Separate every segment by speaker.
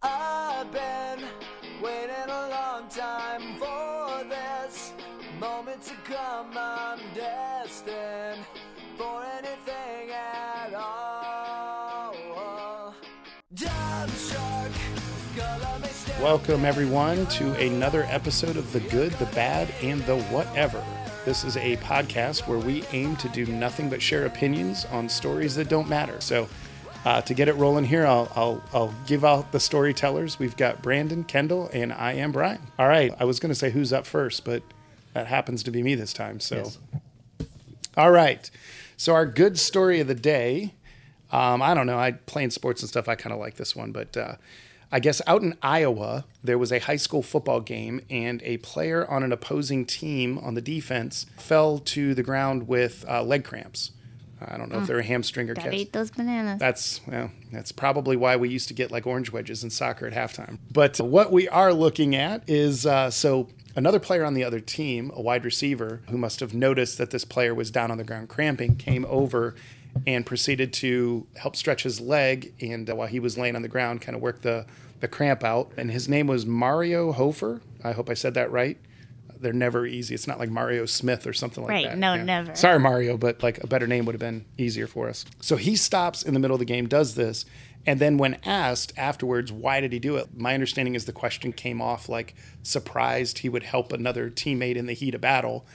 Speaker 1: I've been waiting a long time for this moment to come. I'm destined for anything at all. Dumb shark, color me still
Speaker 2: Welcome, everyone, to another episode of The Good, The Bad, and The Whatever. This is a podcast where we aim to do nothing but share opinions on stories that don't matter. So, uh, to get it rolling here, I'll, I'll, I'll give out the storytellers. We've got Brandon, Kendall, and I am Brian. All right. I was going to say who's up first, but that happens to be me this time. So, all right. So, our good story of the day um, I don't know. I playing sports and stuff. I kind of like this one, but uh, I guess out in Iowa, there was a high school football game, and a player on an opposing team on the defense fell to the ground with uh, leg cramps. I don't know if they're a hamstring or
Speaker 3: Gotta
Speaker 2: cas-
Speaker 3: eat those bananas.
Speaker 2: that's well, that's probably why we used to get like orange wedges in soccer at halftime. But what we are looking at is uh, so another player on the other team, a wide receiver, who must have noticed that this player was down on the ground cramping, came over and proceeded to help stretch his leg, and uh, while he was laying on the ground, kind of work the the cramp out. And his name was Mario Hofer. I hope I said that right. They're never easy. It's not like Mario Smith or something like
Speaker 3: Right,
Speaker 2: that.
Speaker 3: no, never.
Speaker 2: Sorry, Mario, but like a better name would have been easier for us. So he stops in the middle of the game, does this, and then when asked afterwards, why did he do it? My understanding is the question came off like surprised he would help another teammate in the heat of battle.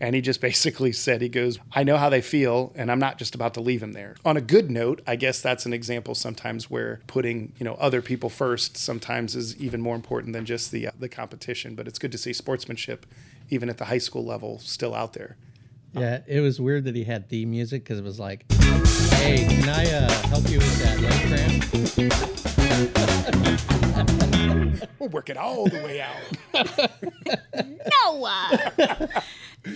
Speaker 2: And he just basically said, he goes, I know how they feel, and I'm not just about to leave him there. On a good note, I guess that's an example sometimes where putting, you know, other people first sometimes is even more important than just the, uh, the competition. But it's good to see sportsmanship, even at the high school level, still out there.
Speaker 4: Yeah, it was weird that he had theme music because it was like, "Hey, can I uh, help you with that leg cramp?"
Speaker 2: We'll work it all the way out.
Speaker 3: No, uh,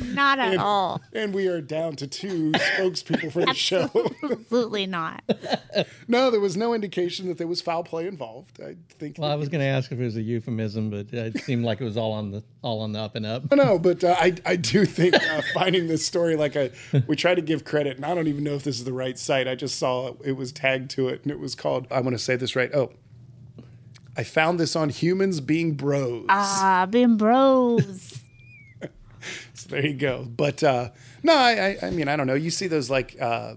Speaker 3: not at all.
Speaker 2: and we are down to two spokespeople for the show.
Speaker 3: Absolutely not.
Speaker 2: No, there was no indication that there was foul play involved. I think.
Speaker 4: Well, I was gonna ask if it was a euphemism, but it seemed like it was all on the all on the up and up.
Speaker 2: No, but uh, I, I do think uh, finding this story like I we try to give credit, and I don't even know if this is the right site. I just saw it, it was tagged to it, and it was called. I want to say this right. Oh, I found this on humans being bros.
Speaker 3: Ah, being bros.
Speaker 2: So there you go. But uh, no, I, I, I mean, I don't know. You see those like uh,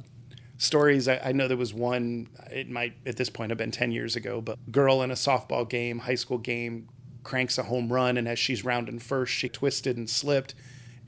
Speaker 2: stories. I, I know there was one. It might at this point have been ten years ago, but girl in a softball game, high school game, cranks a home run, and as she's rounding first, she twisted and slipped.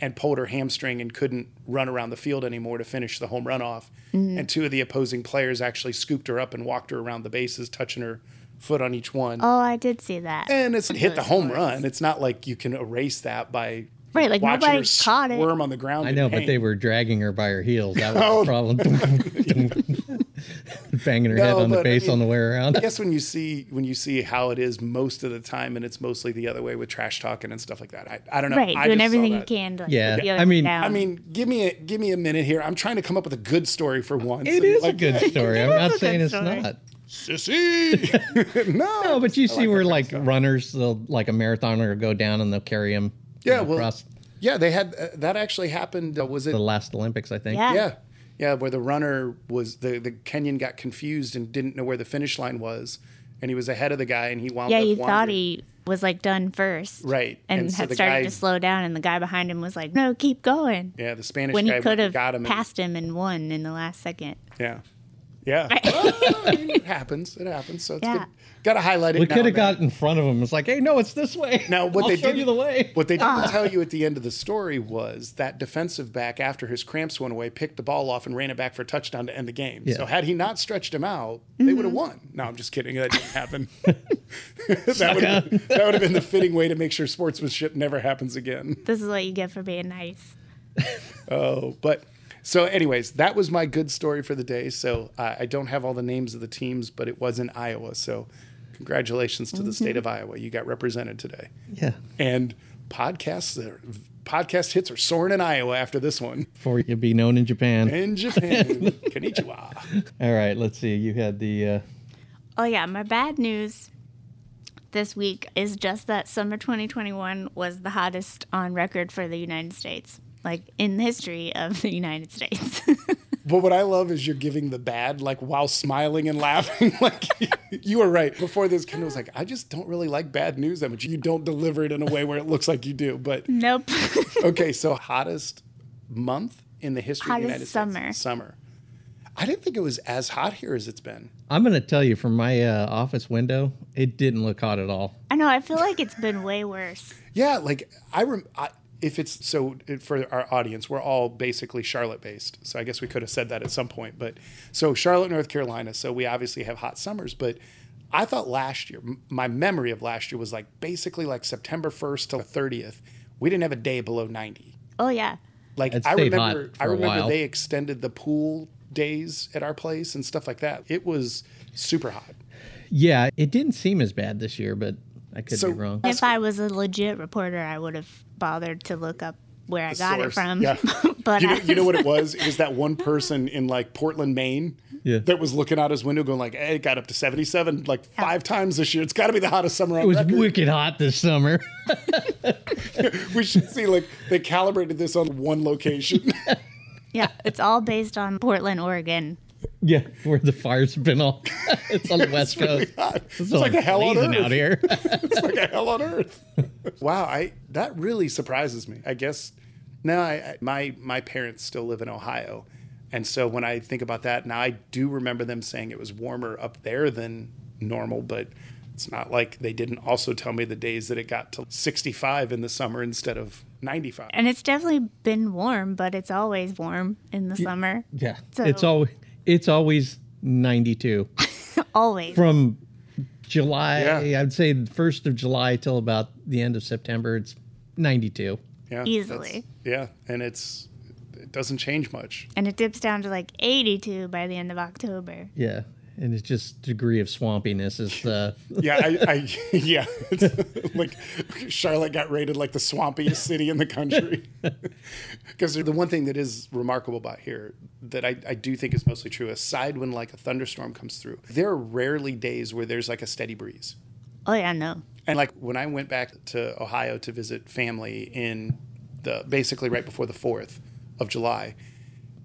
Speaker 2: And pulled her hamstring and couldn't run around the field anymore to finish the home run off. And two of the opposing players actually scooped her up and walked her around the bases, touching her foot on each one.
Speaker 3: Oh, I did see that.
Speaker 2: And it's hit the
Speaker 3: those
Speaker 2: home
Speaker 3: stories.
Speaker 2: run. It's not like you can erase that by
Speaker 3: Right, like,
Speaker 2: watching
Speaker 3: nobody
Speaker 2: her
Speaker 3: caught it.
Speaker 2: squirm on the ground.
Speaker 4: I
Speaker 2: in
Speaker 4: know, but
Speaker 2: pain. Oh.
Speaker 4: they were dragging her by her heels. That was the problem. Banging her head
Speaker 2: No,
Speaker 4: on the
Speaker 2: but I
Speaker 4: base on
Speaker 2: mean-
Speaker 4: the way around.
Speaker 2: I guess when you see when you see how it is most of the time, and it's mostly the other way with trash talking and stuff like that. I, I don't know.
Speaker 3: right,
Speaker 2: I just
Speaker 3: doing
Speaker 2: saw
Speaker 3: everything you
Speaker 2: that.
Speaker 3: can to like,
Speaker 4: Yeah,
Speaker 3: get the
Speaker 4: I
Speaker 3: other
Speaker 4: mean-
Speaker 3: down.
Speaker 2: I mean, give me a give me a minute here. I'm trying to come up with a good story for once.
Speaker 4: It
Speaker 2: And,
Speaker 4: is a
Speaker 2: like,
Speaker 4: good story. I'm
Speaker 3: is
Speaker 4: not
Speaker 3: a
Speaker 4: saying
Speaker 3: good
Speaker 4: it's
Speaker 3: story.
Speaker 4: not.
Speaker 2: sissy. no,
Speaker 4: No, but you see where like runners, they'll, like a marathoner will go down and they'll carry him
Speaker 2: yeah, well,
Speaker 4: across
Speaker 2: yeah, they had uh, that actually happened. Uh, was it
Speaker 4: the last Olympics, I think.
Speaker 3: Yeah.
Speaker 2: Yeah. Yeah, where the runner was the the Kenyan got confused and didn't know where the finish line was and he was ahead of the guy and he wound
Speaker 3: yeah,
Speaker 2: up
Speaker 3: you thought
Speaker 2: wandering.
Speaker 3: he was like done first.
Speaker 2: Right.
Speaker 3: And,
Speaker 2: And so
Speaker 3: had
Speaker 2: the
Speaker 3: started
Speaker 2: guy-
Speaker 3: to slow down, and the guy behind him was like, no, keep going.
Speaker 2: Yeah, the Spanish
Speaker 3: when
Speaker 2: guy
Speaker 3: he could have
Speaker 2: got him. and-
Speaker 3: passed him and won in the last second.
Speaker 2: yeah. Yeah. Well, I mean, it happens. It happens. So it's
Speaker 3: Yeah.
Speaker 2: good. Got to highlight it.
Speaker 4: We
Speaker 2: now
Speaker 4: could have
Speaker 2: and then.
Speaker 4: got in front of him. It's like, hey, no, it's this way.
Speaker 2: Now, what
Speaker 4: I'll
Speaker 2: they
Speaker 4: show
Speaker 2: didn't-
Speaker 4: you the way.
Speaker 2: What they
Speaker 3: Ah.
Speaker 2: didn't tell you at the end of the story was that defensive back, after his cramps went away, picked the ball off and ran it back for a touchdown to end the game.
Speaker 4: Yeah.
Speaker 2: So had he not stretched him out,
Speaker 3: Mm-hmm.
Speaker 2: they would have won. No, I'm just kidding. That didn't happen. that, would have, that would have been the fitting way to make sure sportsmanship never happens again.
Speaker 3: This is what you get for being nice.
Speaker 2: Oh, but so, anyways, that was my good story for the day. So uh, I don't have all the names of the teams, but it was in Iowa. So congratulations to the state of Iowa. You got represented today.
Speaker 4: Yeah.
Speaker 2: and podcasts are, podcast hits are soaring in Iowa after this one.
Speaker 4: Before you'll be known in Japan.
Speaker 2: In Japan, konnichiwa.
Speaker 4: All right, let's see. You had the uh,
Speaker 3: Oh, yeah. My bad news this week is just that summer 2021 was the hottest on record for the United States, like in the history of the United States.
Speaker 2: But what I love is you're giving the bad, like while smiling and laughing. like you were right. Before this, Kendall was like, I just don't really like bad news that much. You don't deliver it in a way where it looks like you do. But
Speaker 3: Nope.
Speaker 2: okay, so hottest month in the history of the United
Speaker 3: Hottest summer.
Speaker 2: States. Summer. I didn't think it was as hot here as it's been.
Speaker 4: I'm gonna tell you from my uh, office window, it didn't look hot at all.
Speaker 3: I know. I feel like it's been way worse.
Speaker 2: Yeah, like I, rem- I if it's so it- for our audience, we're all basically Charlotte based. So I guess we could have said that at some point, but so Charlotte, North Carolina, so we obviously have hot summers, but I thought last year, m- my memory of last year was like basically like September 1st to 30th, we didn't have a day below 90.
Speaker 3: Oh yeah.
Speaker 2: Like
Speaker 4: It
Speaker 2: I
Speaker 4: stayed hot
Speaker 2: remember
Speaker 4: for
Speaker 2: I
Speaker 4: a
Speaker 2: remember
Speaker 4: while.
Speaker 2: they extended the pool days at our place and stuff like that. It was super hot.
Speaker 4: Yeah, it didn't seem as bad this year, but I could
Speaker 2: So-
Speaker 4: be wrong.
Speaker 3: If I was a legit reporter, I would have bothered to look up where I got
Speaker 2: source.
Speaker 3: it from.
Speaker 2: Yeah.
Speaker 3: but uh,
Speaker 2: you
Speaker 3: I
Speaker 2: know, you know what it was? It was that one person in like Portland, Maine,
Speaker 4: Yeah.
Speaker 2: that was looking out his window, going like, "Hey, it got up to seventy-seven like five times this year. It's got to be the hottest summer
Speaker 4: It
Speaker 2: on
Speaker 4: was
Speaker 2: record."
Speaker 4: wicked hot this summer.
Speaker 2: we should see like they calibrated this on one location.
Speaker 3: yeah, it's all based on Portland, Oregon.
Speaker 4: yeah, where the fire's been all. it's on the west coast.
Speaker 2: it's like a hell on
Speaker 4: blazing
Speaker 2: earth.
Speaker 4: out here.
Speaker 2: It's like a hell on earth. wow, I that really surprises me. I guess now I, I my my parents still live in Ohio, and so when I think about that now, I do remember them saying it was warmer up there than normal, but. It's not like they didn't also tell me the days that it got to 65 in the summer instead of 95.
Speaker 3: And it's definitely been warm, but it's always warm in the summer.
Speaker 4: yeah,
Speaker 3: So-
Speaker 4: it's all. It's always 92
Speaker 3: Always.
Speaker 4: from July.
Speaker 2: Yeah.
Speaker 4: I'd say the first of July till about the end of September. It's 92.
Speaker 2: Yeah,
Speaker 3: easily.
Speaker 2: that's- Yeah, and it's it doesn't change much.
Speaker 3: And it dips down to like 82 by the end of October.
Speaker 4: Yeah, and it's just degree of swampiness is the.
Speaker 2: Yeah, I, I yeah, It's like Charlotte got rated like the swampiest city in the country. Because the one thing that is remarkable about here that I, I do think is mostly true, aside when like a thunderstorm comes through, there are rarely days where there's like a steady breeze.
Speaker 3: Oh, yeah, no.
Speaker 2: And like when I went back to Ohio to visit family in the basically right before the 4th of July,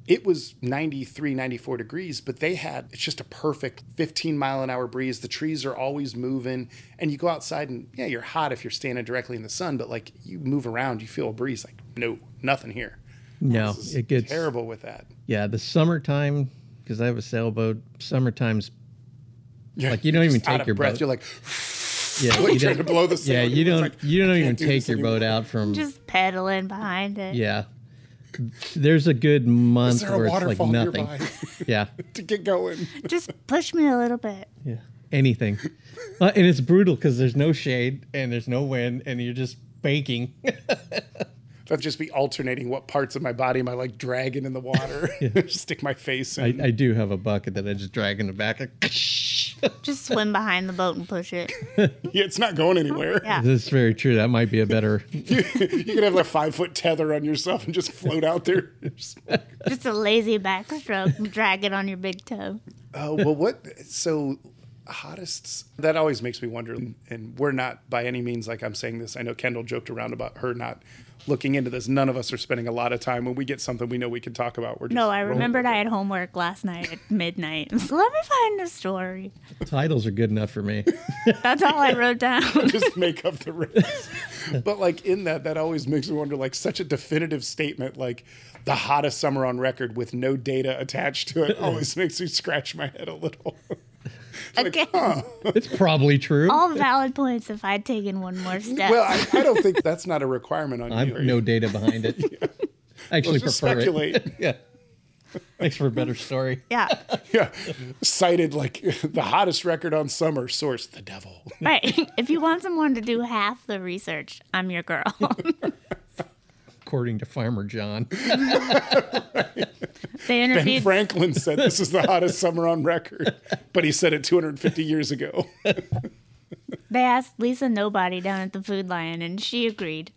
Speaker 2: it was 93, 94 degrees, but they had it's just a perfect 15 mile an hour breeze. The trees are always moving. And you go outside and yeah, you're hot if you're standing directly in the sun, but like you move around, you feel a breeze. Like, no, nothing here.
Speaker 4: No,
Speaker 2: This is
Speaker 4: it gets
Speaker 2: terrible with that.
Speaker 4: Yeah, the summertime because I have a sailboat. Summertime's
Speaker 2: Yeah,
Speaker 4: Like, you don't
Speaker 2: you're
Speaker 4: even
Speaker 2: just out
Speaker 4: take
Speaker 2: of
Speaker 4: your
Speaker 2: breath.
Speaker 4: boat.
Speaker 2: You're like,
Speaker 4: yeah, you
Speaker 2: trying to
Speaker 4: don't,
Speaker 2: blow the
Speaker 4: yeah,
Speaker 2: sail.
Speaker 4: you
Speaker 2: It's
Speaker 4: don't
Speaker 2: like,
Speaker 4: you don't even
Speaker 2: do
Speaker 4: take
Speaker 2: this
Speaker 4: your boat
Speaker 2: anymore.
Speaker 4: out from
Speaker 3: Just pedaling behind it.
Speaker 4: yeah. There's a good month
Speaker 2: Is there
Speaker 4: where
Speaker 2: a
Speaker 4: it's like
Speaker 2: waterfall
Speaker 4: nothing.
Speaker 2: nearby
Speaker 4: Yeah,
Speaker 2: to get going?
Speaker 3: Just push me a little bit.
Speaker 4: yeah, anything, Uh, and it's brutal because there's no shade and there's no wind and you're just baking.
Speaker 2: I'd just be alternating what parts of my body am I like dragging in the water, stick my face in.
Speaker 4: I, I do have a bucket that I just drag in the back.
Speaker 3: Just swim behind the boat and push it.
Speaker 2: yeah, it's not going anywhere.
Speaker 3: Yeah.
Speaker 4: That's very true. That might be a better.
Speaker 2: you could have like a five foot tether on yourself and just float out there.
Speaker 3: Just a lazy backstroke and drag it on your big toe.
Speaker 2: Oh well, what? So hottest. That always makes me wonder. And we're not by any means like I'm saying this. I know Kendall joked around about her not looking into this. None of us are spending a lot of time when we get something we know we can talk about. We're just
Speaker 3: No, I
Speaker 2: rolling
Speaker 3: remembered
Speaker 2: with
Speaker 3: I
Speaker 2: it.
Speaker 3: had homework last night at midnight. Let me find a story.
Speaker 4: Titles are good enough for me.
Speaker 3: That's all I wrote down.
Speaker 2: just make up the rest. but like in that, that always makes me wonder. Like such a definitive statement, like the hottest summer on record with no data attached to it, always makes me scratch my head a little.
Speaker 3: Again,
Speaker 4: It's probably true.
Speaker 3: all valid points if I'd taken one more step.
Speaker 2: well, I, I don't think that's not a requirement on
Speaker 4: I
Speaker 2: you.
Speaker 4: have no data behind it. I actually
Speaker 2: just
Speaker 4: prefer
Speaker 2: speculate.
Speaker 4: it. yeah. Thanks for a better story.
Speaker 3: yeah,
Speaker 2: Yeah, cited like the hottest record on summer source, the devil.
Speaker 3: right. If you want someone to do half the research, I'm your girl.
Speaker 4: According to Farmer John.
Speaker 3: They interviewed
Speaker 2: Franklin said this is the hottest summer on record, but he said it 250 years ago.
Speaker 3: They asked Lisa Nobody down at the Food Lion, and she agreed.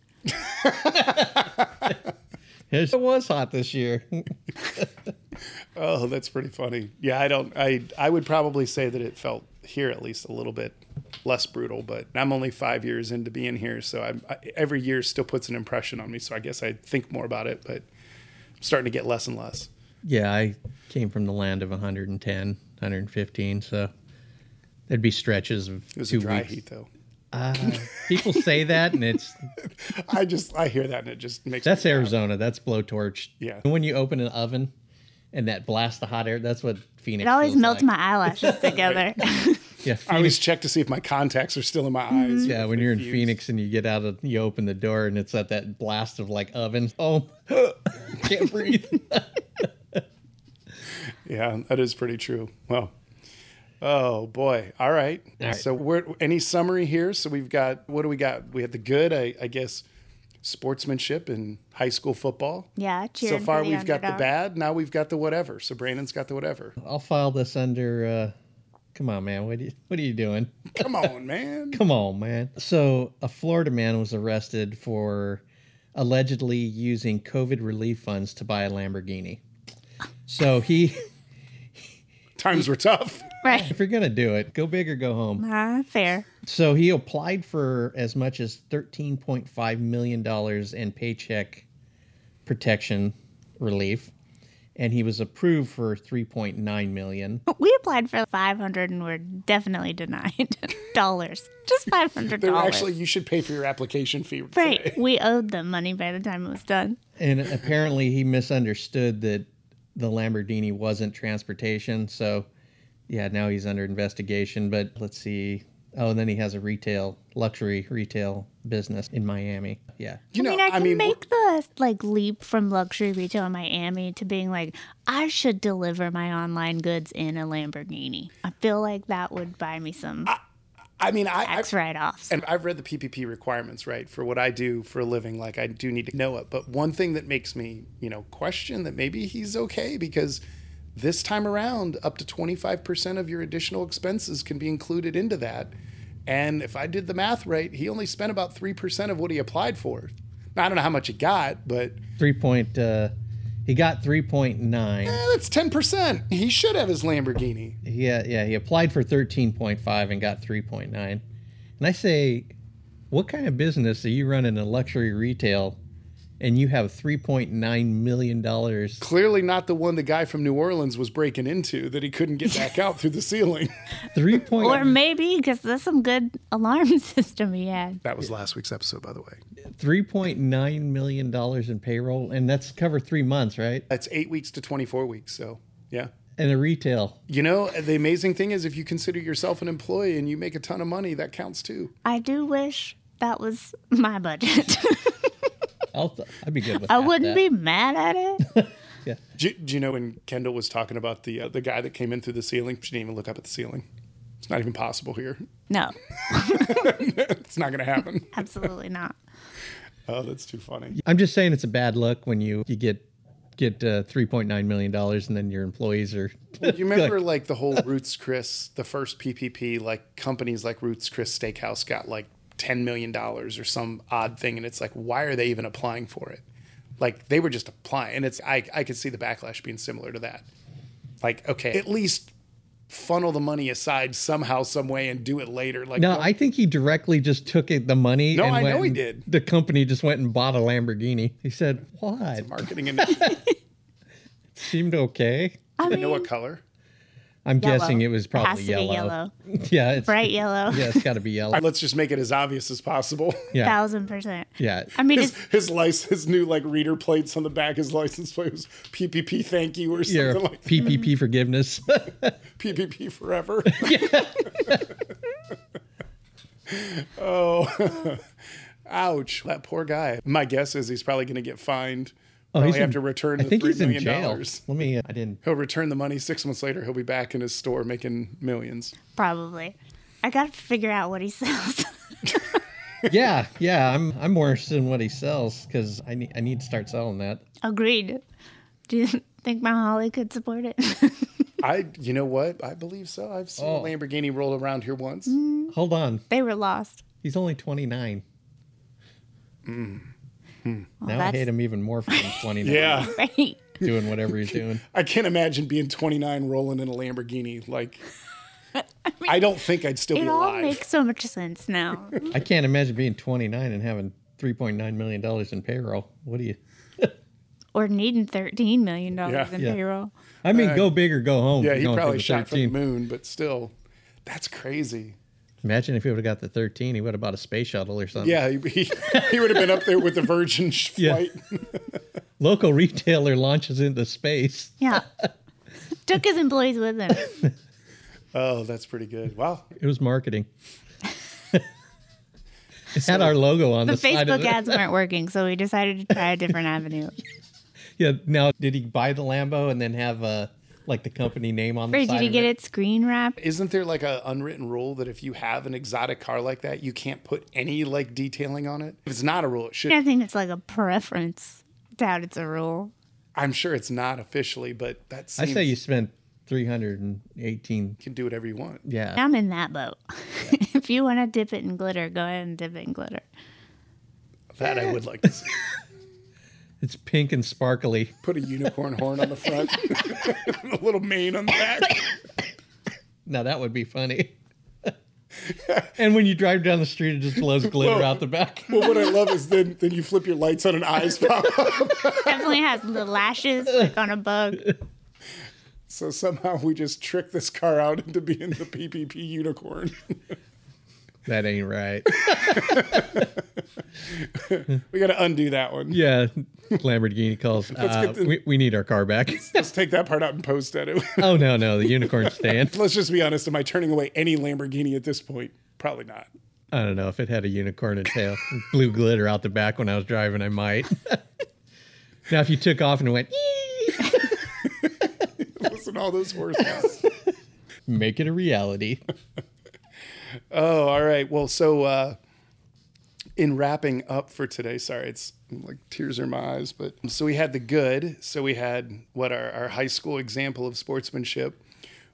Speaker 4: Yes, It was hot this year.
Speaker 2: Oh, that's pretty funny. Yeah, I don't. I I would probably say that it felt here at least a little bit less brutal, but I'm only five years into being here, so I'm I, every year still puts an impression on me. So I guess I think more about it, but I'm starting to get less and less.
Speaker 4: Yeah, I came from the land of 110, 115, so there'd be stretches of
Speaker 2: It was
Speaker 4: two
Speaker 2: a dry
Speaker 4: weeks. Uh,
Speaker 2: heat, though.
Speaker 4: People say that, and it's
Speaker 2: I just I hear that and it just makes
Speaker 4: that's
Speaker 2: me
Speaker 4: Arizona. That's blowtorch.
Speaker 2: Yeah.
Speaker 4: And when you open an oven, and that blast of hot air, that's what Phoenix.
Speaker 3: It always
Speaker 4: feels
Speaker 3: melts
Speaker 4: like.
Speaker 3: my eyelashes together.
Speaker 4: Yeah,
Speaker 2: I
Speaker 4: Phoenix,
Speaker 2: always check to see if my contacts are still in my eyes.
Speaker 4: yeah. When you're in
Speaker 2: Confused.
Speaker 4: Phoenix and you get out of, you open the door, and it's at that blast of like oven. Oh, can't breathe.
Speaker 2: Yeah, that is pretty true. Well, oh boy. All right.
Speaker 4: right.
Speaker 2: So we're any summary here. So we've got what do we got? We had the good, I, I guess, sportsmanship and high school football.
Speaker 3: yeah,
Speaker 2: so
Speaker 3: cheering for
Speaker 2: far
Speaker 3: the
Speaker 2: we've got the
Speaker 3: underdog.
Speaker 2: bad. Now we've got the whatever. So Brandon's got the whatever.
Speaker 4: I'll file this under. uh Come on, man. What are you, what are you doing?
Speaker 2: Come on, man.
Speaker 4: Come on, man. So, a Florida man was arrested for allegedly using COVID relief funds to buy a Lamborghini. So, he,
Speaker 2: Times were tough.
Speaker 3: Right.
Speaker 4: if you're going to do it, go big or go home.
Speaker 3: Uh, fair.
Speaker 4: So, he applied for as much as $13.5 million in paycheck protection relief, and he was approved for $3.9 million.
Speaker 3: We applied for 500 and were definitely denied dollars. Just 500
Speaker 2: They were
Speaker 3: dollars.
Speaker 2: actually you should pay for your application fee.
Speaker 3: right. We owed them money by the time it was done.
Speaker 4: And apparently, he misunderstood that the Lamborghini wasn't transportation. So, yeah, now he's under investigation. But let's see. Oh, and then he has a retail, luxury retail business in Miami. Yeah.
Speaker 2: You know,
Speaker 3: I mean, I can make the like leap from luxury retail in Miami to being like, I should deliver my online goods in a Lamborghini. I feel like that would buy me some
Speaker 2: I mean, I, I
Speaker 3: tax write-offs.
Speaker 2: and I've read the PPP requirements, right, for what I do for a living. Like, I do need to know it. But one thing that makes me, you know, question that maybe he's okay because this time around, up to 25% of your additional expenses can be included into that. And if I did the math right, he only spent about 3% of what he applied for. Now, I don't know how much he got, but
Speaker 4: Three point, uh, he got 3.9.
Speaker 2: eh, that's 10%. He should have his Lamborghini.
Speaker 4: Yeah. Yeah. He applied for 13.5 and got 3.9. And I say, what kind of business are you running in luxury retail and you have $3.9 million?
Speaker 2: Clearly, not the one the guy from New Orleans was breaking into that he couldn't get back out through the ceiling.
Speaker 4: Three point.
Speaker 3: Or maybe because there's some good alarm system he had.
Speaker 2: That was last week's episode, by the way.
Speaker 4: three point nine million dollars in payroll, and that's cover three months, right?
Speaker 2: That's eight weeks to 24 weeks. So, yeah.
Speaker 4: And the retail.
Speaker 2: You know, the amazing thing is if you consider yourself an employee and you make a ton of money, that counts too.
Speaker 3: I do wish that was my budget.
Speaker 4: I'll th- I'd be good with.
Speaker 3: I
Speaker 4: half
Speaker 3: wouldn't be
Speaker 4: that.
Speaker 3: mad at it.
Speaker 2: Do, do you know when Kendall was talking about the uh, the guy that came in through the ceiling? She didn't even look up at the ceiling. It's not even possible here.
Speaker 3: No,
Speaker 2: It's not going to happen.
Speaker 3: absolutely not.
Speaker 2: oh, that's too funny.
Speaker 4: I'm just saying it's a bad look when you you get get uh, three point nine million dollars, and then your employees are.
Speaker 2: You remember like the whole Roots Chris, the first PPP, like companies like Roots Chris Steakhouse got like $10 million or some odd thing. And it's like, why are they even applying for it? Like they were just applying. And it's, I, I could see the backlash being similar to that. Like, okay, at least funnel the money aside somehow, some way and do it later. Like,
Speaker 4: No,
Speaker 2: don't-
Speaker 4: I think he directly just took it, the money.
Speaker 2: No,
Speaker 4: and
Speaker 2: I
Speaker 4: went
Speaker 2: know he
Speaker 4: and-
Speaker 2: did.
Speaker 4: The company just went and bought a Lamborghini. He said, "What?
Speaker 2: marketing and you
Speaker 4: Seemed okay."
Speaker 3: I mean,
Speaker 2: know what color?
Speaker 4: I'm
Speaker 3: yellow.
Speaker 4: guessing it was
Speaker 3: It
Speaker 4: probably
Speaker 3: has to
Speaker 4: yellow.
Speaker 3: be yellow,
Speaker 4: Yeah, it's
Speaker 3: bright yellow,
Speaker 4: Yeah, it's got to be yellow.
Speaker 2: All right, let's just make it as obvious as possible.
Speaker 4: Yeah,
Speaker 3: thousand percent.
Speaker 4: yeah.
Speaker 3: I mean, it's
Speaker 2: His license, his new like reader plates on the back, his license plate was PPP thank you or something
Speaker 4: Your
Speaker 2: like that.
Speaker 4: PPP forgiveness.
Speaker 2: PPP forever. oh, ouch! That poor guy. My guess is he's probably going to get fined. probably have to return
Speaker 4: Oh, I
Speaker 2: the
Speaker 4: think
Speaker 2: three
Speaker 4: he's in
Speaker 2: million
Speaker 4: jail.
Speaker 2: dollars.
Speaker 4: Let me. I didn't.
Speaker 2: He'll return the money six months later. He'll be back in his store making millions.
Speaker 3: probably. I gotta figure out what he sells.
Speaker 4: Yeah, yeah. I'm. I'm more interested in what he sells because I need. I need to start selling that.
Speaker 3: Agreed. Do you think my Holly could support it?
Speaker 2: I, you know what? I believe so. I've seen
Speaker 4: Oh. Mm.
Speaker 2: a Lamborghini roll around here once.
Speaker 4: Hold on.
Speaker 3: they were lost.
Speaker 4: He's only 29.
Speaker 3: Well,
Speaker 4: Now I hate him even more for being 29.
Speaker 2: Yeah,
Speaker 3: Right.
Speaker 4: Doing whatever he's doing.
Speaker 2: I can't imagine being 29 rolling in a Lamborghini. Like, I, don't think I'd still be
Speaker 3: It all
Speaker 2: alive.
Speaker 3: makes so much sense now.
Speaker 4: I can't imagine being 29 and having 3.9 million dollars in payroll. What do you?
Speaker 3: or needing thirteen million dollars
Speaker 2: Yeah.
Speaker 3: in
Speaker 4: Yeah.
Speaker 3: payroll.
Speaker 4: I mean, go big or go home.
Speaker 2: Uh, Yeah,
Speaker 4: if you
Speaker 2: he
Speaker 4: don't
Speaker 2: probably
Speaker 4: take the
Speaker 2: shot from the
Speaker 4: 13.
Speaker 2: moon, but still, that's crazy.
Speaker 4: Imagine if he would have got the 13, he would have bought a space shuttle or something.
Speaker 2: Yeah, he, he, he would have been up there with the Virgin sh-
Speaker 4: Yeah.
Speaker 2: flight.
Speaker 4: Local retailer launches into space.
Speaker 3: Yeah, took his employees with him.
Speaker 2: Oh, that's pretty good. Wow.
Speaker 4: It was marketing. it had our logo on the,
Speaker 3: The
Speaker 4: side of
Speaker 3: Facebook
Speaker 4: it.
Speaker 3: ads weren't working, so we decided to try a different avenue.
Speaker 4: Yeah. Now, did he buy the Lambo and then have uh, like the company name on the
Speaker 3: Or
Speaker 4: side?
Speaker 3: did he
Speaker 4: of
Speaker 3: get it screen wrapped?
Speaker 2: Isn't there like a unwritten rule that if you have an exotic car like that, you can't put any like detailing on it? If it's not a rule, it should.
Speaker 3: I think it's like a preference. Doubt it's a rule.
Speaker 2: I'm sure it's not officially, but that's.
Speaker 4: I say you spent 318.
Speaker 2: can do whatever you want.
Speaker 4: Yeah.
Speaker 3: I'm in that boat. if you want to dip it in glitter, go ahead and dip it in glitter.
Speaker 2: That I would like to see.
Speaker 4: It's pink and sparkly.
Speaker 2: Put a unicorn horn on the front, a little mane on the back.
Speaker 4: Now, that would be funny. and when you drive down the street, it just blows glitter
Speaker 2: Whoa.
Speaker 4: out the back.
Speaker 2: Well, what I love is then then you flip your lights on and eyes pop up.
Speaker 3: Definitely has the lashes like on a bug.
Speaker 2: So somehow we just trick this car out into being the PPP unicorn.
Speaker 4: That ain't right.
Speaker 2: we got to undo that one.
Speaker 4: Yeah, Lamborghini calls. Uh,
Speaker 2: get the-
Speaker 4: we, we need our car back.
Speaker 2: Let's take that part out and post edit.
Speaker 4: oh no, no, the unicorn stand.
Speaker 2: Let's just be honest. Am I turning away any Lamborghini at this point? Probably not.
Speaker 4: I don't know if it had a unicorn and tail, and blue glitter out the back when I was driving. I might. now, if you took off and went,
Speaker 2: Listen, all those horses.
Speaker 4: make it a reality.
Speaker 2: oh, all right. Well, so uh, in wrapping up for today, sorry, it's like tears are in my eyes. But so we had the good. So we had what our, our high school example of sportsmanship.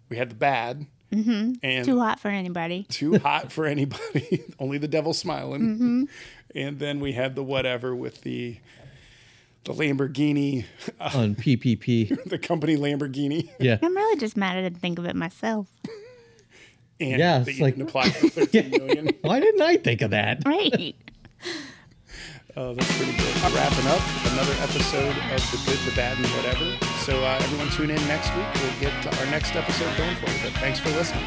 Speaker 2: We had the bad. Mm-hmm. And
Speaker 3: Too hot for anybody.
Speaker 2: too hot for anybody. Only the devil smiling.
Speaker 4: Mm-hmm.
Speaker 2: And then we had the whatever with the the Lamborghini,
Speaker 4: On PPP,
Speaker 2: the company Lamborghini,
Speaker 4: yeah,
Speaker 3: I'm really just mad I didn't think of it myself.
Speaker 2: and
Speaker 4: Yeah,
Speaker 2: that
Speaker 4: it's
Speaker 2: you
Speaker 4: like-
Speaker 2: didn't apply for thirteen million.
Speaker 4: why didn't I think of that?
Speaker 3: Right.
Speaker 2: Oh, that's pretty good. Wrapping up another episode of the good, the bad, and whatever. So uh, everyone, tune in next week. We'll get our next episode going for you. But thanks for listening.